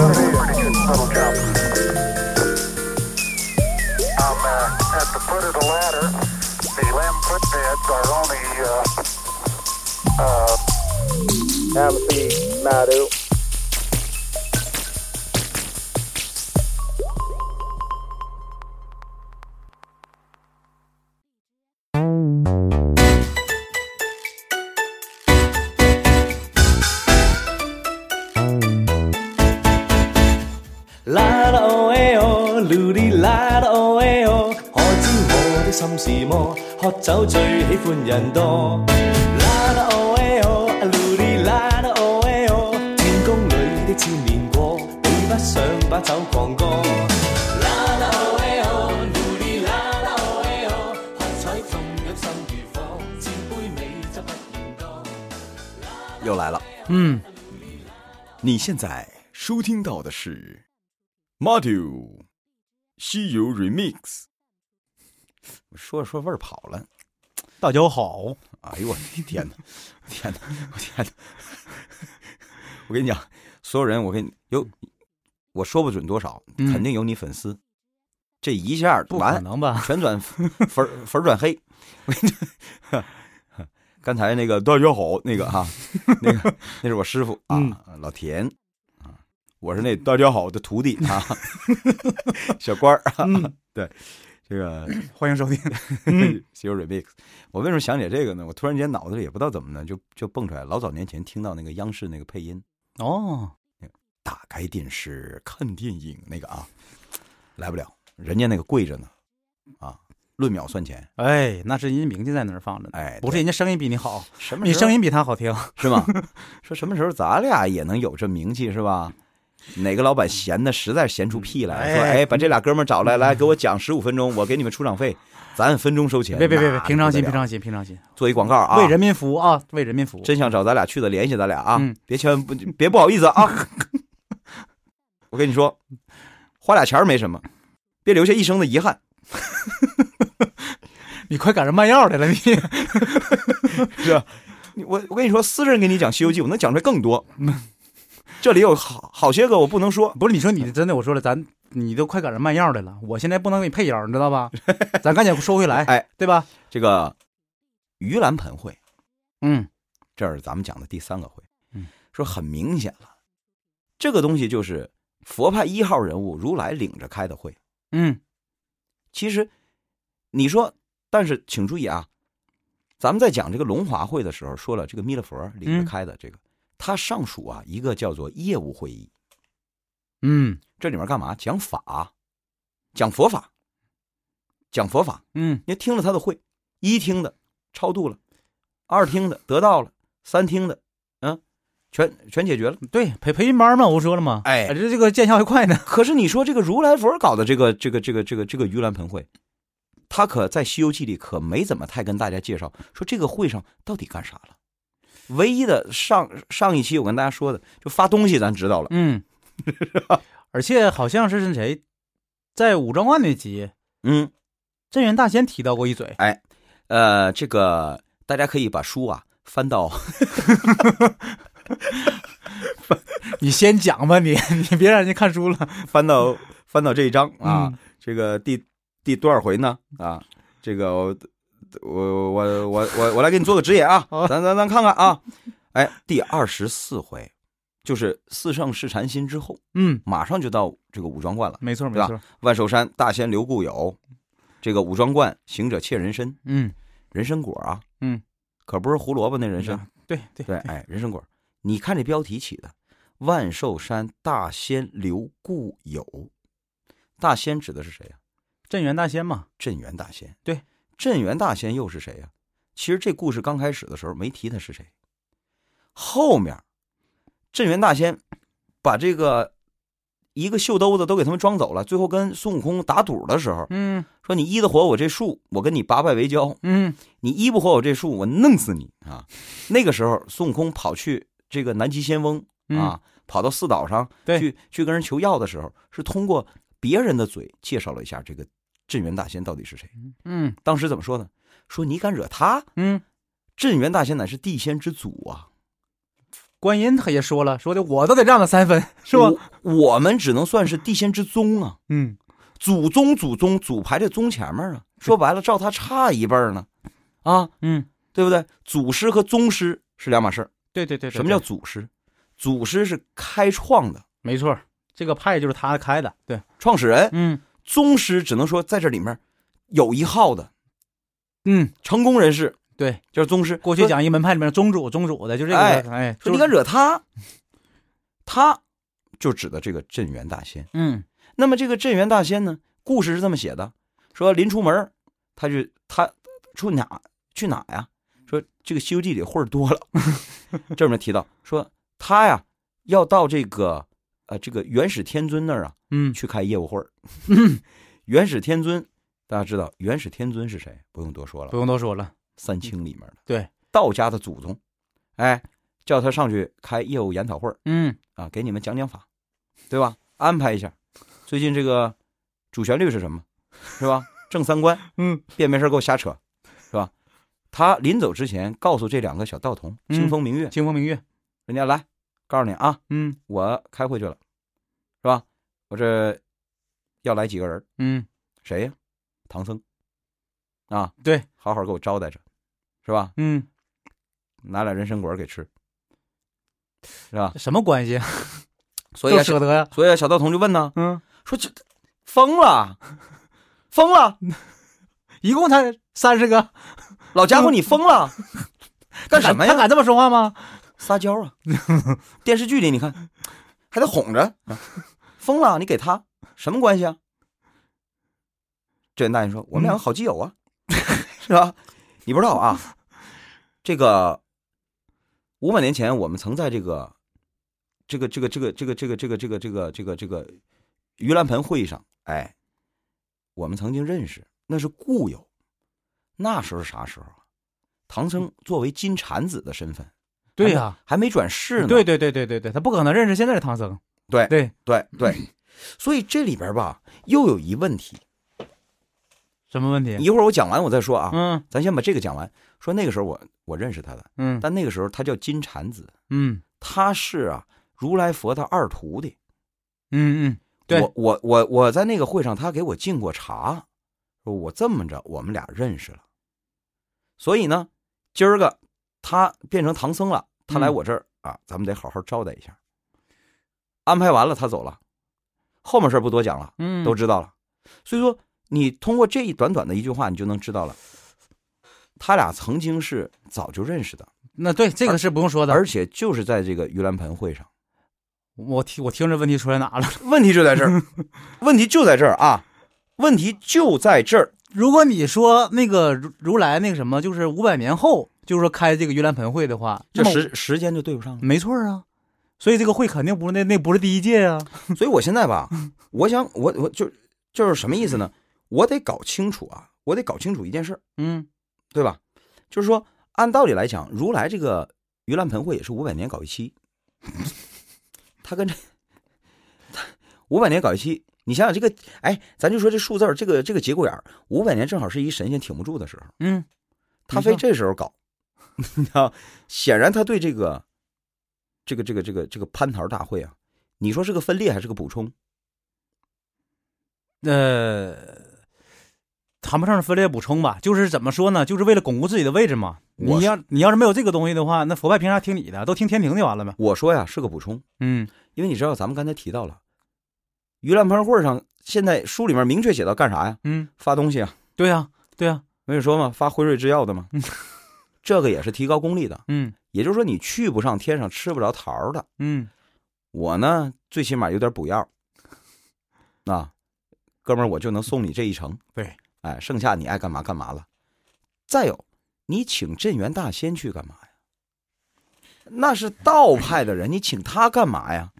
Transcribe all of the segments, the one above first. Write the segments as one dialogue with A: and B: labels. A: uh, quit bids are only, uh, uh, Amity Madu.
B: 啦啦哦哎哦，嚕哩啦啦哦哎哦，可知我的心是魔，喝酒最喜歡人多。啦啦哦哎哦，啊嚕哩啦啦哦哎哦，天宮裏的千年果，比不上把酒狂歌。啦啦哦哎哦，嚕哩啦啦哦哎哦，喝彩中養心如火，千杯美酒不嫌多。
C: 又来了。
D: 嗯，
C: 你现在收听到的是《Module 西游 Remix》，我说着说着味儿跑了。
D: 大家好，
C: 哎呦我的天哪！ 天哪！我天哪！我跟你讲，所有人，我跟你有，我说不准多少，
D: 嗯
C: 肯定有你粉丝。这一下儿
D: 不可
C: 完，
D: 能吧？
C: 全转 粉儿粉儿转黑。 我跟你讲刚才那个大家好，那个哈、那个那是我师傅啊，
D: 嗯
C: 老田啊，我是那大家好的徒弟 啊，小官儿。啊
D: 嗯，
C: 这个
D: 欢迎收听。
C: 西游 remix，我为什么想起这个呢？我突然间脑子里也不知道怎么呢，就就蹦出来，老早年前听到那个央视那个配音，
D: 哦，
C: 打开电视看电影那个啊，来不了，人家那个跪着呢，啊，论秒算钱，
D: 哎，那是人家名气在那儿放着呢，
C: 哎，
D: 不是
C: 对
D: 人家声音比你好，
C: 什么
D: 你声
C: 音
D: 音比他好听。
C: 是吗？ 说什么时候咱俩也能有这名气是吧？哪个老板闲的实在闲出屁来，说
D: 哎嗯
C: 哎，把这俩哥们儿找来，来给我讲十五分钟，我给你们出场费，咱按分钟收钱。
D: 别别别别
C: 那，
D: 平常心，
C: 不得
D: 平
C: 了
D: 常心，平常心，
C: 做一广告啊，
D: 为人民服务啊，为人民服务。
C: 真想找咱俩去的，联系咱俩啊，
D: 嗯
C: 别千万不别不好意思啊。 我跟你说，花俩钱儿没什么，别留下一生的遗憾，
D: 你快赶上卖药来 了，你
C: 是吧？你我我跟你说，私人给你讲《西游记》，我能讲出来更多。
D: 嗯
C: 这里有好好些个我不能说，
D: 不是你说你真的，我说了，咱你都快赶上卖药来了，我现在不能给你配药，你知道 吧？咱赶紧收回来，
C: 哎，
D: 对吧？
C: 这个盂兰盆会，
D: 嗯
C: 这是咱们讲的第三个会，
D: 嗯，
C: 说很明显了，这个东西就是佛派一号人物如来领着开的会。
D: 嗯，
C: 其实你说，但是请注意啊，咱们在讲这个龙华会的时候说了，这个弥勒佛领着开的这个，它上属啊一个叫做业务会议，
D: 嗯
C: 这里面干嘛？讲法，讲佛法，讲佛法。
D: 嗯
C: 你听了他的会，一听的超度了，二听的得到了，三听的，嗯，全全解决了。
D: 嗯，对，培培训班嘛，我说了嘛，
C: 哎
D: 这这个见效还快呢。
C: 可是你说这个如来佛搞的这个这个这个这个这个盂兰盆会，他可在《西游记》里可没怎么太跟大家介绍说这个会上到底干啥了。唯一的上上一期我跟大家说的，就发东西咱知道了，
D: 嗯，而且好像是那谁，在武装观那集，
C: 嗯，
D: 镇元大仙提到过一嘴。
C: 呃，这个大家可以把书啊翻到，
D: 你先讲吧，你 你别让人家看书了。
C: 翻到翻到这一章啊，
D: 嗯
C: 这个第第多少回呢？啊，这个我我我我我我来给你做个指引啊，
D: 好
C: 咱咱咱看看啊，哎，第二十四回，就是四圣试禅心之后，
D: 嗯，
C: 马上就到这个武装观了。
D: 没错没
C: 对吧
D: 错。
C: 万寿山大仙刘故友，这个武装观行者窃人参，
D: 嗯，
C: 人参果啊，
D: 嗯，
C: 可不是胡萝卜那人参，
D: 对对
C: 对，哎，人参果。你看这标题起的，万寿山大仙刘故友，大仙指的是谁呀、
D: 镇元大仙嘛，
C: 镇元大仙。
D: 对，
C: 镇元大仙又是谁呀、其实这故事刚开始的时候没提他是谁，后面镇元大仙把这个一个袖兜子都给他们装走了，最后跟孙悟空打赌的时候
D: 嗯
C: 说：“你医得活我这树，我跟你八拜为交；
D: 嗯
C: 你医不活我这树，我弄死你啊！”那个时候，孙悟空跑去这个南极仙翁
D: 嗯，
C: 啊，跑到四岛上
D: 对
C: 去去跟人求药的时候，是通过别人的嘴介绍了一下这个镇元大仙到底是谁。
D: 嗯
C: 当时怎么说呢？说你敢惹他，
D: 嗯，
C: 镇元大仙乃是地仙之祖啊，
D: 观音他也说了，说的我都得让他三分，是吧？
C: 我？我们只能算是地仙之宗啊，
D: 嗯，
C: 祖宗祖宗祖排在宗前面啊。说白了，照他差一辈儿呢。啊，
D: 嗯，
C: 对不对？祖师和宗师是两码事儿。
D: 对对对，对
C: 什么叫
D: 对
C: 祖师？祖师是开创的
D: 没错儿？这个派就是他开的，对，
C: 创始人，
D: 嗯
C: 宗师只能说在这里面有一号的
D: 嗯，
C: 成功人士，
D: 对，
C: 就是宗师。
D: 过去讲一门派里面宗主宗主的就这个，
C: 哎
D: 哎，
C: 说
D: 就
C: 你
D: 是
C: 敢惹他，他就指的这个镇元大仙。
D: 嗯
C: 那么这个镇元大仙呢，故事是这么写的：说临出门儿，他就他出哪去哪呀？说这个《西游记》里混儿多了， 这里面提到说他呀要到这个呃这个元始天尊那儿啊
D: 嗯
C: 去开业务会儿。 元始天尊大家知道，元始天尊是谁？不用多说了
D: 不，用多说了，
C: 三清里面的
D: 对
C: 道家的祖宗，哎，叫他上去开业务研讨会儿。
D: 嗯
C: 啊，给你们讲讲法，对吧？安排一下，最近这个主旋律是什么，是吧？正三观，
D: 嗯，
C: 别没事给我瞎扯，是吧？他临走之前告诉这两个小道童，
D: 嗯
C: 清风明月，
D: 清风明月，
C: 人家来告诉你啊，
D: 嗯
C: 我开会去了，是吧？我这要来几个人，
D: 嗯
C: 谁呀、唐僧，啊，
D: 对，
C: 好好给我招待着，是吧？
D: 嗯，
C: 拿俩人参果给吃，是吧？
D: 什么关系？
C: 啊 所以
D: 就
C: 啊小
D: 舍得呀，
C: 所以啊小道童就问呢，
D: 嗯，
C: 说这疯了，疯了，
D: 一共才三十个，
C: 老家伙你疯了， 干什么
D: 他
C: 呀？
D: 敢这么说话吗？
C: 撒娇啊！ 电视剧里你看，还得哄着，疯了，你给他什么关系啊？这人大爷说：“我们两个好基友啊， 是吧？你不知道啊，这个五百年前我们曾在这个这个这个这个这个这个这个这个这个这个这个盂兰盆会议上，哎，我们曾经认识，那是故友。那时候是啥时候啊？唐僧作为金蝉子的身份，
D: 对呀，
C: 还没转世呢。
D: 对对对对对对，他不可能认识现在的唐僧，
C: 对
D: 对，
C: 对对，所以这里边吧，又有一问题。
D: 什么问题？
C: 一会儿我讲完我再说啊，
D: 嗯
C: 咱先把这个讲完。说那个时候我我认识他的，
D: 嗯
C: 但那个时候他叫金蝉子，
D: 嗯
C: 他是啊如来佛的二徒弟。
D: 嗯嗯，对
C: 我我我我在那个会上，他给我敬过茶，说我这么着，我们俩认识了。所以呢，今儿个他变成唐僧了，他来
D: 嗯
C: 我这儿、啊，咱们得好好招待一下。安排完了，他走了，后面事儿不多讲了。
D: 嗯，
C: 都知道了。所以说，你通过这一短短的一句话，你就能知道了，他俩曾经是早就认识的，
D: 那对这个是不用说的，
C: 而且就是在这个盂兰盆会上。
D: 我听我听着问题出在哪了？
C: 问题就在这 儿，问题就在这儿啊，问题就在这儿。
D: 如果你说那个如如来那个什么，就是五百年后，就是说开这个盂兰盆会的话，
C: 这
D: 那么
C: 时时间就对不 上了，
D: 没错啊。所以这个会肯定不是那那不是第一届啊。
C: 所以我现在吧，我想我我就就是什么意思呢？我得搞清楚啊，我得搞清楚一件事儿，
D: 嗯
C: 对吧？就是说，按道理来讲，如来这个盂兰盆会也是五百年搞一期， 他跟这五百年搞一期，你想想这个，哎，咱就说这数字儿，这个这个节骨眼儿，五百年正好是一神仙挺不住的时候，
D: 嗯，
C: 他
D: 没
C: 非
D: 错
C: 这时候搞， 你知道，显然他对这个这个这个这个这个蟠桃大会啊，你说是个分裂还是个补充？
D: 呃，谈不上是分裂补充吧，就是怎么说呢，就是为了巩固自己的位置嘛。
C: 我
D: 你要你要是没有这个东西的话，那佛派凭啥听你的？都听天庭就完了呗。
C: 我说呀，是个补充，
D: 嗯，
C: 因为你知道咱们刚才提到了，盂兰盆会上现在书里面明确写到干啥呀？
D: 嗯，
C: 发东西啊，
D: 对呀、对啊呀、
C: 没有说嘛，发辉瑞制药的嘛，这个也是提高功力的。
D: 嗯
C: 也就是说，你去不上天上吃不着桃儿的。
D: 嗯
C: 我呢，最起码有点补药，啊，哥们儿，我就能送你这一程。
D: 对，
C: 哎，剩下你爱干嘛干嘛了。再有，你请镇元大仙去干嘛呀？那是道派的人，你请他干嘛呀？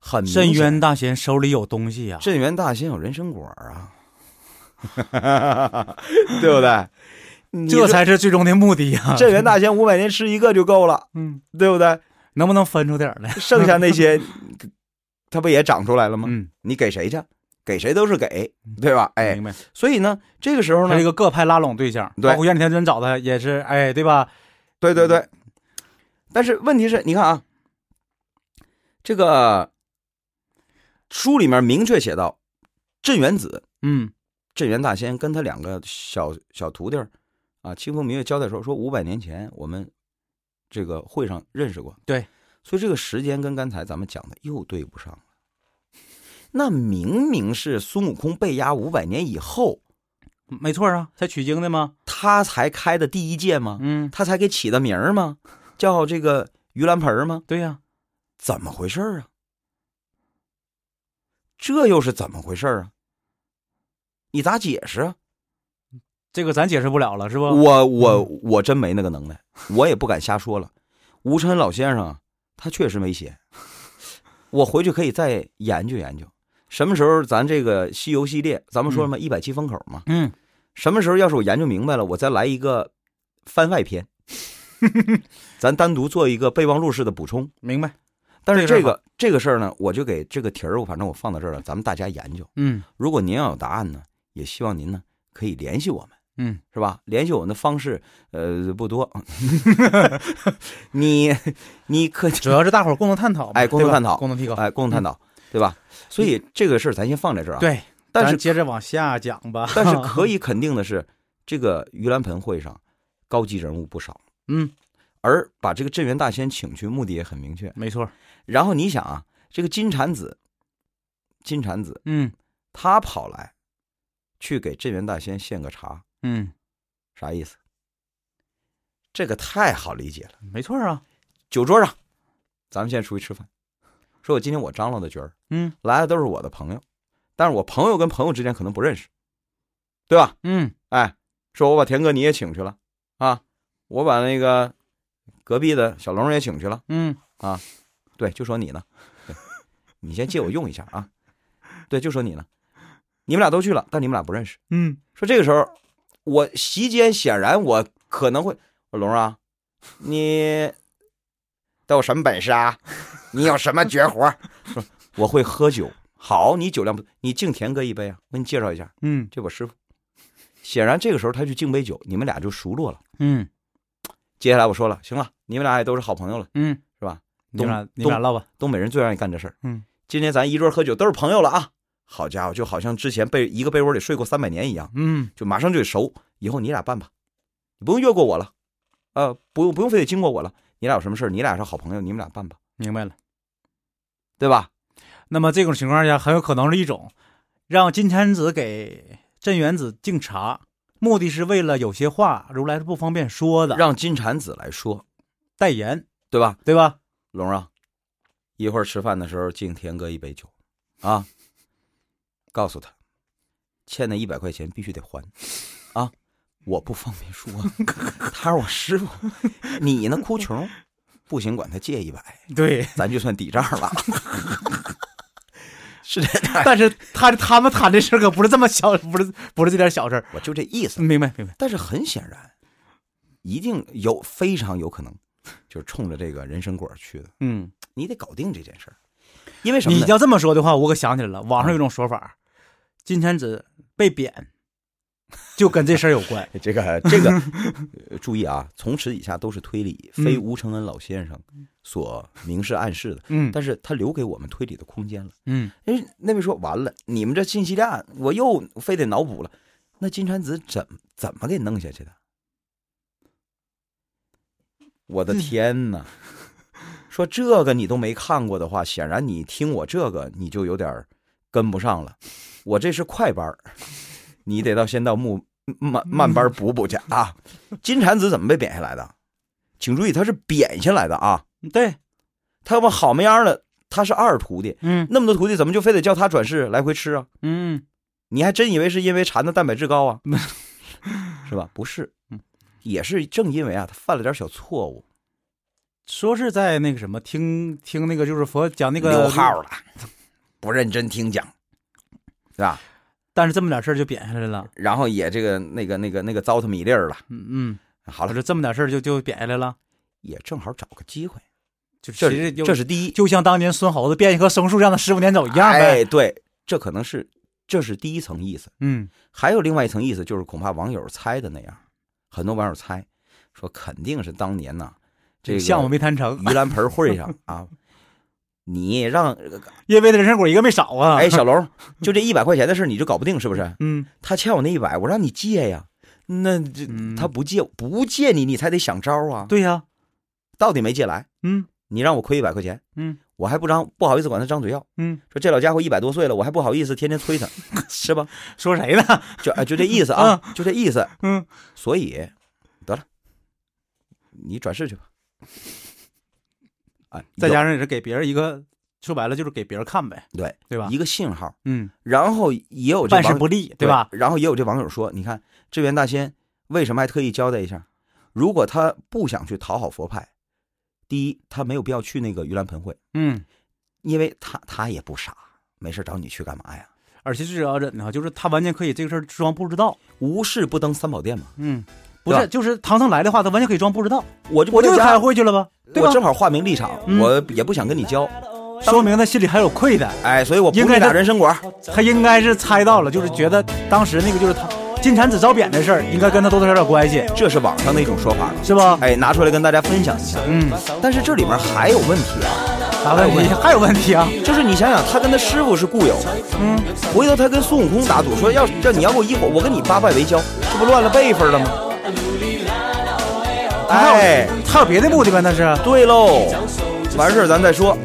C: 很明显啊
D: 深渊大仙手里有东西呀、啊
C: 镇元大仙有人参果儿啊， 对不对？ 你
D: 这才是最终的目的呀、
C: 说 镇元大仙五百年吃一个就够了，
D: 嗯，
C: 对不对？
D: 能不能分出点儿来？
C: 剩下 那些，它不也长出来了吗？
D: 嗯，
C: 你给谁去？给谁都是给，对吧？哎
D: 明，白。
C: 所以呢，这个时候
D: 他
C: 呢
D: 这，个各派拉拢对象，
C: 对
D: 包括袁天尊找他也是，哎，对吧？
C: 对
D: 嗯
C: 对对。但是问题是，你看啊，这个书里面明确写到，镇元子
D: 嗯
C: 镇元大仙跟他两个小小徒弟儿，啊，清风明月交代说，说五百年前我们这个会上认识过，
D: 对，
C: 所以这个时间跟刚才咱们讲的又对不上了。那明明是孙悟空被压五百年以后，
D: 没错啊，才取经的吗？
C: 他才开的第一剑吗？
D: 嗯，
C: 他才给起的名儿吗？叫这个盂兰盆儿吗？
D: 对呀、
C: 怎么回事儿啊？这又是怎么回事儿啊？你咋解释啊？
D: 这个咱解释不了了，是不？
C: 我我
D: 嗯
C: 我真没那个能耐，我也不敢瞎说了。吴琛老先生啊他确实没写，我回去可以再研究研究。什么时候咱这个西游系列，咱们说什么一百期风口嘛？
D: 嗯，
C: 什么时候要是我研究明白了，我再来一个番 外篇，咱单独做一个备忘录式的补充。
D: 明白。
C: 但是这
D: 这个事儿
C: 个这个事儿呢，我就给这个题儿，我反正我放到这儿了，咱们大家研究。
D: 嗯
C: 如果您要有答案呢，也希望您呢可以联系我们，
D: 嗯，
C: 是吧？联系我们的方式呃不多， 你你可以
D: 主要是大伙儿共同探讨嘛，
C: 哎共同
D: 对吧
C: 探讨
D: 共同提高。
C: 哎共同探讨，对吧？所以这个事儿咱先放在这儿啊。，
D: 嗯对，
C: 但
D: 咱
C: 是
D: 接着往下讲吧。
C: 但是可以肯定的是，这个盂兰盆会上高级人物不少，
D: 嗯，
C: 而把这个镇元大仙请去，目的也很明确。
D: 没错，
C: 然后你想啊，这个金蝉子，金蝉子
D: 嗯
C: 他跑来去给镇元大仙献个茶，
D: 嗯，
C: 啥意思？这个太好理解了。
D: 没错啊，
C: 酒桌上，咱们现在出去吃饭，说我今天我张罗的角儿，
D: 嗯
C: 来的都是我的朋友，但是我朋友跟朋友之间可能不认识，对吧？
D: 嗯
C: 哎，说我把田哥你也请去了啊，我把那个隔壁的小龙也请去了，
D: 嗯，
C: 对，就说你呢， 对你先借我用一下啊， 对，就说你呢，你们俩都去了，但你们俩不认识。
D: 嗯，
C: 说这个时候，我席间显然我可能会，我说龙儿啊，你都有什么本事啊？你有什么绝活儿？ 说我会喝酒。好，你酒量不，你敬田哥一杯啊！我给你介绍一下，
D: 嗯
C: 这我师傅。显然这个时候他去敬杯酒，你们俩就熟络了。
D: 嗯
C: 接下来我说了，行了，你们俩也都是好朋友了。
D: 嗯，
C: 是吧？
D: 你们俩
C: 东
D: 你们俩
C: 东
D: 唠吧。
C: 东北人最愿意干这事儿。
D: 嗯，
C: 今天咱一桌喝酒都是朋友了啊！好家伙，就好像之前被一个被窝里睡过三百年一样。
D: 嗯
C: 就马上就得熟。以后你俩办吧，你不用越过我了，呃，不用不用非得经过我了。你俩有什么事儿你俩是好朋友，你们俩办吧，，
D: 明白了。
C: 对吧？
D: 那么这种情况下，很有可能是一种让金蝉子给镇元子敬茶，目的是为了有些话如来是不方便说的，
C: 让金蝉子来说，
D: 代言，
C: 对吧？
D: 对吧？
C: 龙儿啊，一会儿吃饭的时候敬田哥一杯酒，啊， 告诉他，欠那一百块钱必须得还，啊，我不方便说， 他是我师傅，你呢哭穷，不行管他借一百，
D: 对，
C: 咱就算抵账了， 是这样，
D: 但是他他们谈这事儿可不是这么小，不是不是这点小事儿。
C: 我就这意思。
D: 明白明白，
C: 但是很显然，一定有非常有可能，就是冲着这个人参果去的。
D: 嗯，
C: 你得搞定这件事儿，因为什么
D: 你
C: 呢？
D: 要这么说的话，我可想起来了，网上有一种说法，金蝉子被贬，就跟这事儿有关。
C: 这个这个、呃注意啊，从此以下都是推理，
D: 嗯
C: 非吴承恩老先生所明示暗示的。
D: 嗯
C: 但是他留给我们推理的空间了。
D: 嗯，
C: 因为那位说完了，你们这信息量，我又非得脑补了。那金蝉子怎怎么给弄下去的？ 我的天哪！说这个你都没看过的话，显然你听我这个你就有点儿跟不上了。我这是快班儿，你得到先到木慢慢班补补去啊。金蝉子怎么被贬下来的？请注意，他是贬下来的啊！
D: 对，
C: 他要不好么样的，他是二徒弟，
D: 嗯
C: 那么多徒弟，怎么就非得叫他转世来回吃啊？
D: 嗯
C: 你还真以为是因为蝉的蛋白质高啊？ 是吧？不是，
D: 嗯
C: 也是正因为啊，他犯了点小错误，
D: 说是在那个什么听听那个就是佛讲那个
C: 溜号了，不认真听讲，对吧？
D: 但是这么点事儿就贬下来了。
C: 然后也这个那个那个那个糟蹋米粒儿了。
D: 嗯嗯，
C: 好
D: 我
C: 了，
D: 说这么点事儿就就贬下来了，
C: 也正好找个机会，
D: 就其
C: 这
D: 实
C: 是
D: 就
C: 这是第一，
D: 就像当年孙猴子变一棵松树让他师傅撵走一样呗。
C: 哎，对，这可能是这是第一层意思。
D: 嗯
C: 还有另外一层意思，就是恐怕网友猜的那样，很多网友猜说肯定是当年呐、这个
D: 项目没谈成，
C: 盂兰盆 会上啊，你让哎
D: 因为人参果一个没少啊。
C: 哎小龙，就这一百块钱的事儿你就搞不定是不是？
D: 嗯，
C: 他欠我那一百，我让你借呀，那这
D: 嗯
C: 他不借不借你，你才得想招啊。
D: 对呀、
C: 到底没借来，
D: 嗯
C: 你让我亏一百块钱，
D: 嗯
C: 我还不张不好意思管他张嘴要，
D: 嗯，
C: 说这老家伙一百多岁了，我还不好意思天 天催他，是吧？
D: 说谁呢？
C: 就啊就这意思啊，就这意思。
D: 嗯，
C: 所以得了，你转世去吧。哎，
D: 再
C: 有
D: 加上也是给别人一个，说白了就是给别人看呗，
C: 对
D: 对吧？
C: 一个信号，
D: 嗯，
C: 然后也有这
D: 办事
C: 网
D: 不力，对吧？
C: 然后也有这网友说，你看这边大仙为什么还特意交代一下？如果他不想去讨好佛派，第一，他没有必要去那个盂兰盆会，
D: 嗯，
C: 因为他他也不傻，没事找你去干嘛呀？
D: 而且最要忍的话，就是他完全可以这个事儿装不知道，
C: 无事不登三宝殿嘛，
D: 嗯，不
C: 对
D: 是，
C: 吧
D: 就是唐僧来的话，他完全可以装不知道，
C: 我就
D: 我就
C: 在家
D: 开会去了吧，对吧
C: 我？正好化名立场，
D: 嗯
C: 我也不想跟你交，
D: 说明他心里还有愧的，
C: 哎，所以我不
D: 应该
C: 给
D: 是
C: 打人参果，
D: 他应该是猜到了，就是觉得当时那个就是他金蝉子招扁的事儿，应该跟他多多少少有点关系，
C: 这是网上的一种说法了，
D: 是吧？
C: 哎，拿出来跟大家分享一下。
D: 嗯，
C: 但是这里面还有问题啊，
D: 啥问题？还有问题啊？
C: 就是你想想，他跟他师傅是故友，
D: 嗯，
C: 回头他跟孙悟空打赌说要要你要给我一火，我跟你八拜为交，这不乱了辈分了吗？
D: 还有
C: 哎，
D: 还有别的目的吗？那是
C: 对喽，完事儿咱再说。